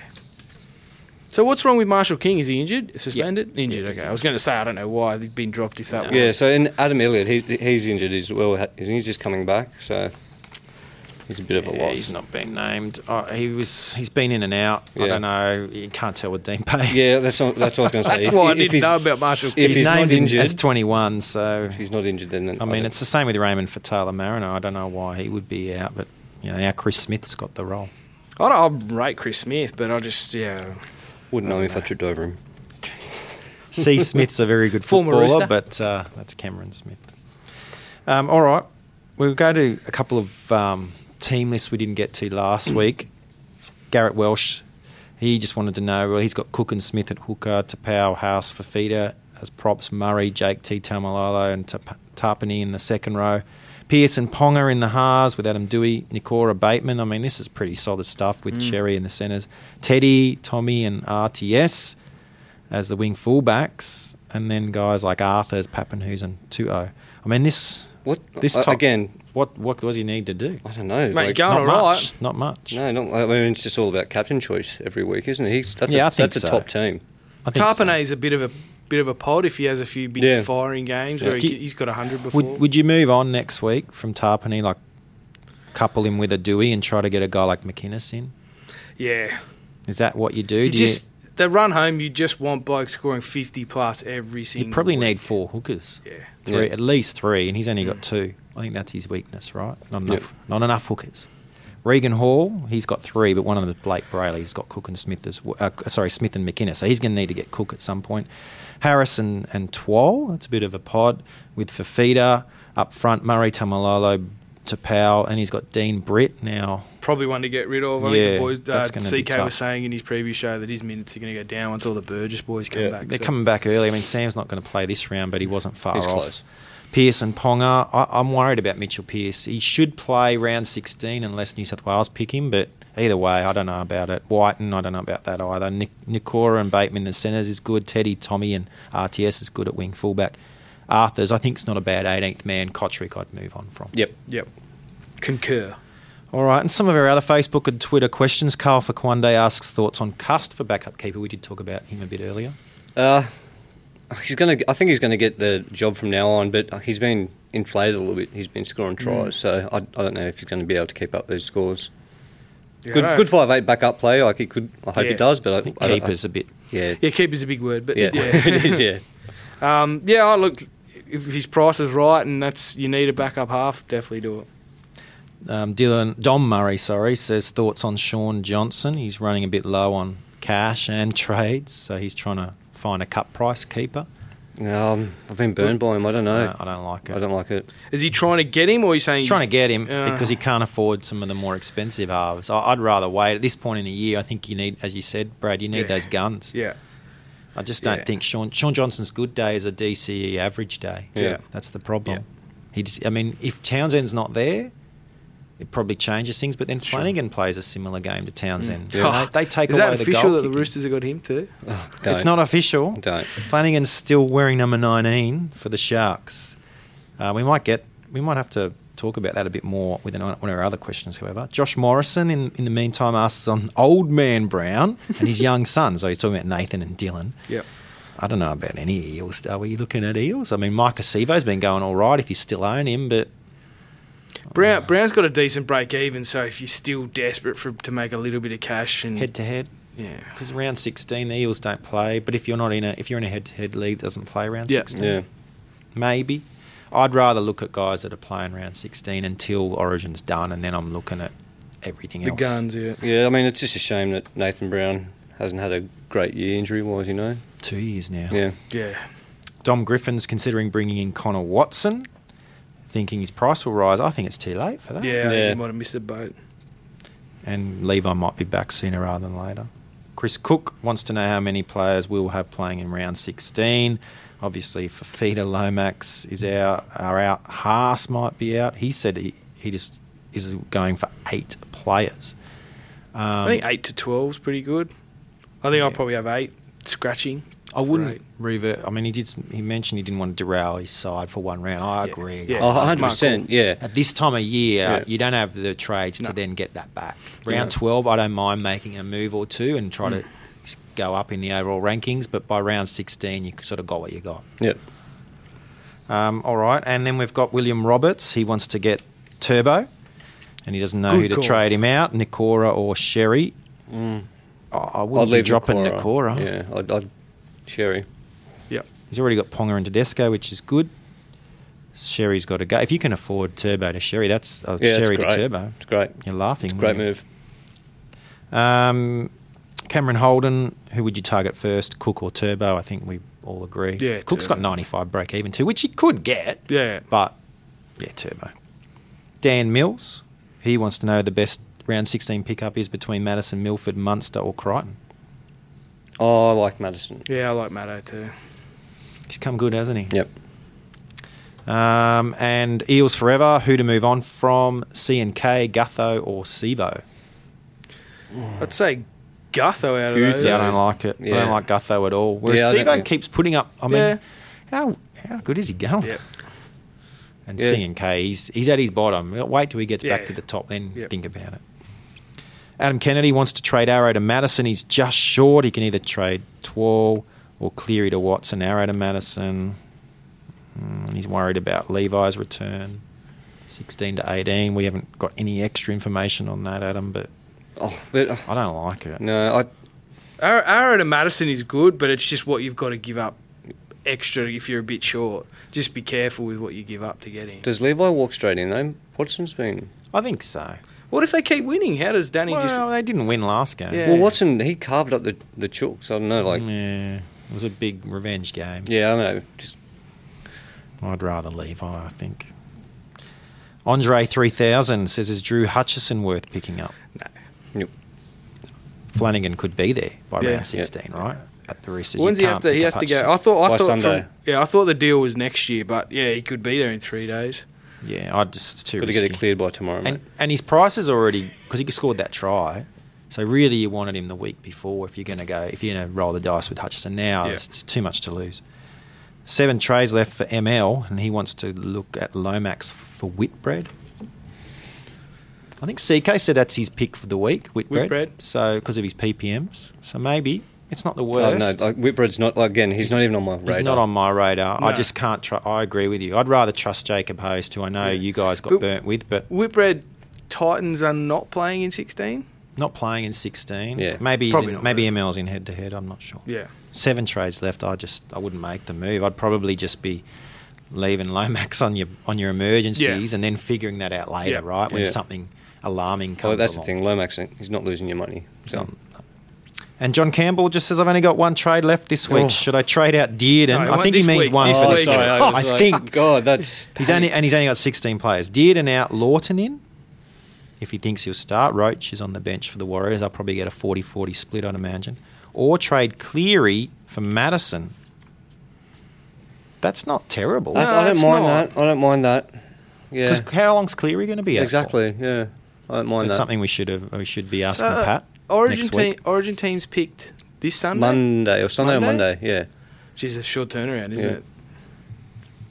So what's wrong with Marshall King? Is he injured? Suspended? Injured. okay. I was going to say I don't know why he'd been dropped. If that. Yeah, so and Adam Elliott, he, he's injured as well, isn't he? He's just coming back, so he's a bit of a Yeah, loss. he's not been named. Uh, he was. He's been in and out. I Yeah. don't know. You can't tell with Dean Pay. Yeah, that's what, that's what I was going to say. That's If- why I if didn't he's- know about Marshall King. if he's, he's not named in- injured- as 21. So If he's not injured, then I don't- mean, it's the same with Raymond Fatala Mariner. I don't know why he would be out, but you know now Chris Smith's got the role. I don't. I rate Chris Smith, but I just yeah. wouldn't know if I tripped over him. C. Smith's a very good Former footballer, Rooster. but uh, that's Cameron Smith. Um, all right, we'll go to a couple of um, team lists we didn't get to last week. Garrett Welsh, he just wanted to know. Well, he's got Cook and Smith at hooker, Tapau House for feeder as props, Murray, Jake T. Tamalolo, and Tap- Tarpany in the second row. Pierce and Ponga in the halves with Adam Dewey, Nikora Bateman. I mean, this is pretty solid stuff with Mm. Cherry in the centres. Teddy, Tommy, and RTS as the wing fullbacks, and then guys like Arthur's, Pappenhuisen, Tuo. I mean, this What this I- top, again? What what does he need to do? I don't know. Mate, like- go- Not all right. much. Not much. no, not, I mean, it's just all about captain choice every week, isn't it? He's, that's Yeah, a, I think that's so. a top team. I think so. Tarpanay's a bit of a bit of a pod if he has a few big Yeah. firing games Yeah. where Do he, you- he's got hundred before. Would would you move on next week from Tarpany? Like couple him with a Dewey and try to get a guy like McInnes in. yeah, Is that what you do? you do just the run home. You just want blokes scoring fifty plus every you, single. you probably week. need four hookers, Yeah, three Yeah. at least three, and he's only got two. I think that's his weakness, right? Not Yep. enough. Not enough hookers. Regan Hall, he's got three, but one of them is Blake Brayley. He's got Cook and Smith as well, uh, sorry Smith and McInnes, so he's going to need to get Cook at some point. Harris and, and Twal, that's a bit of a pod with Fafita up front. Murray Tamalolo, to Powell, and he's got Dean Britt now. Probably one to get rid of. I Yeah, think the that's boys, gonna uh, be CK tough. was saying in his previous show that his minutes are going to go down once all the Burgess boys come back. They're so- coming back early. I mean, Sam's not going to play this round, but he wasn't far He's off. close. Pearce and Ponga. I, I'm worried about Mitchell Pearce. He should play round 16 unless New South Wales pick him, but either way, I don't know about it. Whiten, I don't know about that either. Nick, Nikora and Bateman in the centres is good. Teddy, Tommy, and RTS is good at wing fullback. Arthur's, I think, is not a bad 18th man. Kotrick, I'd move on from. Yep. Yep. Concur. All right, and some of our other Facebook and Twitter questions. Carl Fakwande asks thoughts on Cust for backup keeper. We did talk about him a bit earlier. Uh, he's gonna. I think he's gonna get the job from now on, but he's been inflated a little bit. He's been scoring Hmm. tries, so I, I don't know if he's going to be able to keep up those scores. Yeah, good, I don't- good five eight backup play. Like he could. I hope Yeah. he does, but I, I think I don't- keeper's a bit yeah. Yeah, keeper's a big word, but Yeah, yeah. it is. Yeah, Um, yeah, I look. If his price is right and that's you need a backup half, definitely do it. Um, Dylan Dom Murray, sorry, says thoughts on Sean Johnson. He's running a bit low on cash and trades, so he's trying to find a cut price keeper. um, I've been burned by him. I don't know. No, I don't like it. I don't like it. Is he trying to get him, or are you saying He's trying to get him Uh. because he can't afford some of the more expensive halves. I- I'd rather wait at this point in the year. I think you need, as you said, Brad, you need Yeah. those guns. Yeah, I just don't Yeah. think Sean Sean Johnson's good day is a DCE average day. Yeah. that's the problem. He just, I mean, if Townsend's not there, it probably changes things. But then Flanagan plays a similar game to Townsend. You know, they, they take Mm. is away that the official goal that the kicking. Roosters have got him too? It's not official. Don't. Flanagan's still wearing number 19 for the Sharks. Uh, we might get, we might have to talk about that a bit more with an, one of our other questions, however. Josh Morrison, in, in the meantime, asks on Old Man Brown and his young son. So he's talking about Nathan and Dylan. Yep. I don't know about any Eels. Are we looking at Eels? I mean, Mike Acevo's been going all right if you still own him, but Brown Brown's got a decent break even, so if you're still desperate for to make a little bit of cash and head to head. yeah, Because round 16, the Eels don't play. But if you're not in a, if you're in a head to head league, that doesn't play round Yeah. 16. Yeah, maybe. I'd rather look at guys that are playing round 16 until Origin's done, and then I'm looking at everything the else. guns. Yeah, yeah. I mean, it's just a shame that Nathan Brown hasn't had a great year injury wise. You know. Two years now. Yeah. yeah. Dom Griffin's considering bringing in Connor Watson, thinking his price will rise. I think it's too late for that. Yeah, I think Yeah. he might have missed a boat. And Levi might be back sooner rather than later. Chris Cook wants to know how many players we'll have playing in round 16. Obviously, Fafita Lomax is out, are out. Haas might be out. He said he, he just is going for eight players. Um, I think eight to twelve's pretty good. I think I'll probably have eight scratching. I wouldn't Right. revert. I mean, he did. He mentioned he didn't want to derail his side for one round. I Yeah. agree. Yeah. Oh, Smart 100 percent. Yeah. At this time of year, Yeah. you don't have the trades No. to then get that back. Round twelve, I don't mind making a move or two and try to s- go up in the overall rankings. But by round sixteen, you sort of got what you got. Yep. Um, all right, and then we've got William Roberts. He wants to get Turbo, and he doesn't know Good who to call. trade him out, Nikora or Sherry. I I I'd wouldn't be Mm. leave dropping Nakora. Nikora. Yeah. I'd, I'd Sherry. Yep. He's already got Ponga and Tedesco, which is good. Sherry's got to go. If you can afford Turbo to Sherry, that's uh, Yeah, Sherry it's to great. Turbo. It's great. You're laughing. It's a great wouldn't move. you? Um, Cameron Holden, who would you target first, Cook or Turbo? I think we all agree. Yeah, Cook's got Turbo. 95 break even too, which he could get. Yeah. But, yeah, Turbo. Dan Mills, he wants to know the best round 16 pickup is between Madison, Milford, Munster or Crichton. Oh, I like Madison. Yeah, I like Maddo too. He's come good, hasn't he? Yep. Um, and Eels Forever, who to move on from, C and K, Gutho or Sevo. I'd say Gutho out of Good. those. Mm. Yeah, I don't like it. I don't Yeah. like Gutho at all. Whereas Yeah, I don't Sevo think- keeps putting up. I mean, Yeah. how how good is he going? Yep. And Yeah. C and K, he's he's at his bottom. Wait till he gets back Yeah. to the top, then Yep. think about it. Adam Kennedy wants to trade Arrow to Madison. He's just short. He can either trade Twall or Cleary to Watson. Arrow to Madison. Mm, he's worried about Levi's return. 16 to 18. We haven't got any extra information on that, Adam, but Oh, but uh, I don't like Mm. it. no, I Ar- Arrow to Madison is good, but it's just what you've got to give up extra if you're a bit short. Just be careful with what you give up to get him. does Levi walk straight in though? Watson's been I think so. What if they keep winning? How does Danny Well, just? they didn't win last game. Yeah. well. Watson he carved up the the chooks. I don't know, like Yeah, it was a big revenge game. yeah, I don't know. Just I'd rather Levi, I think. Andre three thousand says, "Is Drew Hutchison worth picking up?" Yep. Flanagan could be there by Yeah. round sixteen, right? At the Roosters. When's you he can't have to? He pick has up to go. Hutchison. I thought. I By thought. from- Sunday. yeah, I thought the deal was next year, but yeah, he could be there in three days. Yeah, I just it's too Got to get it risky. cleared by tomorrow, mate. And and his price is already because he scored that try. So really, you wanted him the week before if you're going to go if you're going to roll the dice with Hutchison. Now Yeah. it's, it's too much to lose. Seven trays left for ML, and he wants to look at Lomax for Whitbread. I think CK said that's his pick for the week, Whitbread. Whitbread. So because of his PPMs, so maybe it's not the Oh, worst. no, like, Whitbread's not, like, again, he's not even on my radar. He's not on my radar. I No. just can't. Tr- I agree with you. I'd rather trust Jacob Host, who I know you guys got But- burnt with, but Whitbread Titans are not playing in sixteen. Not playing in sixteen. Yeah. maybe he's Probably in, not, maybe ML's in head to head. I'm not sure. Yeah. seven trades left. I just I wouldn't make the move. I'd probably just be leaving Lomax on your on your emergencies Yeah. and then figuring that out later, Yeah. right? When Yeah. something alarming comes. Well, Oh, that's along. the thing. Lomax, he's not losing your money. So, Um, and John Campbell just says, "I've only got one trade left this week. Oh. Should I trade out Dearden? No, I think he this means week, one this for the week. season. Sorry, I, I was like, think God, that's he's only and he's only got sixteen players. Dearden out, Lawton in. If he thinks he'll start, Roach is on the bench for the Warriors. I'll probably get a 40-40 split, I'd imagine, or trade Cleary for Madison. That's not terrible. I, No, I don't it's mind not. that. I don't mind that. Yeah, 'Cause how long's Cleary going to be out? for? exactly. Yeah, I don't mind That's that. something we should have. We should be asking Uh, Pat. Origin next team. week. Origin teams picked this Sunday. Monday or Sunday Monday? or Monday. Yeah, Which is a short turnaround, isn't Yeah. it?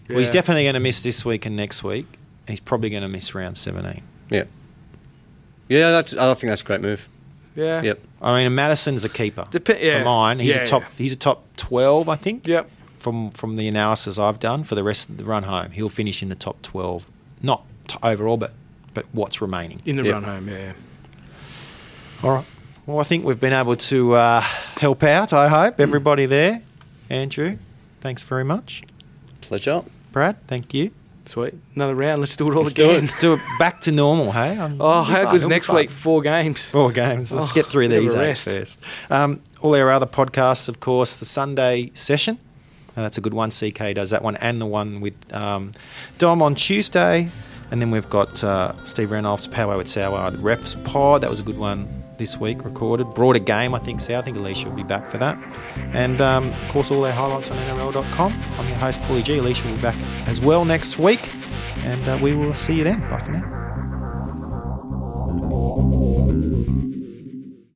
Well, he's Yeah. definitely going to miss this week and next week, and he's probably going to miss round seventeen. yeah, yeah. That's. I think that's a great move. Yeah. Yep. I mean, Madison's a keeper Depe- yeah. for mine. He's Yeah, a top. yeah. He's a top twelve, I think. Yep. From from the analysis I've done for the rest of the run home, he'll finish in the top twelve, not t- overall, but but what's remaining. In the Yep. run home, yeah. All right. Well, I think we've been able to uh, help out. I hope everybody there. Andrew, thanks very much. Pleasure. Brad, thank you. Sweet. Another round. Let's do it all Let's do again. Do it back to normal, hey? I'm- Oh, how Fun, good's it'll be next fun. week? Four games. Four games. Let's Oh, get through bit of these a eight rest. first. Um, all our other podcasts, of course, the Sunday session. Uh, that's a good one. CK does that one, and the one with um, Dom on Tuesday. And then we've got uh, Steve Reynolds, Powwow at Sour, the Reps Pod. That was a good one this week, recorded. Brought a game, I think, so. I think Alicia will be back for that. And, um, of course, all our highlights on NRL.com. I'm your host, Paulie G. Alicia will be back as well next week. And uh, we will see you then. Bye for now.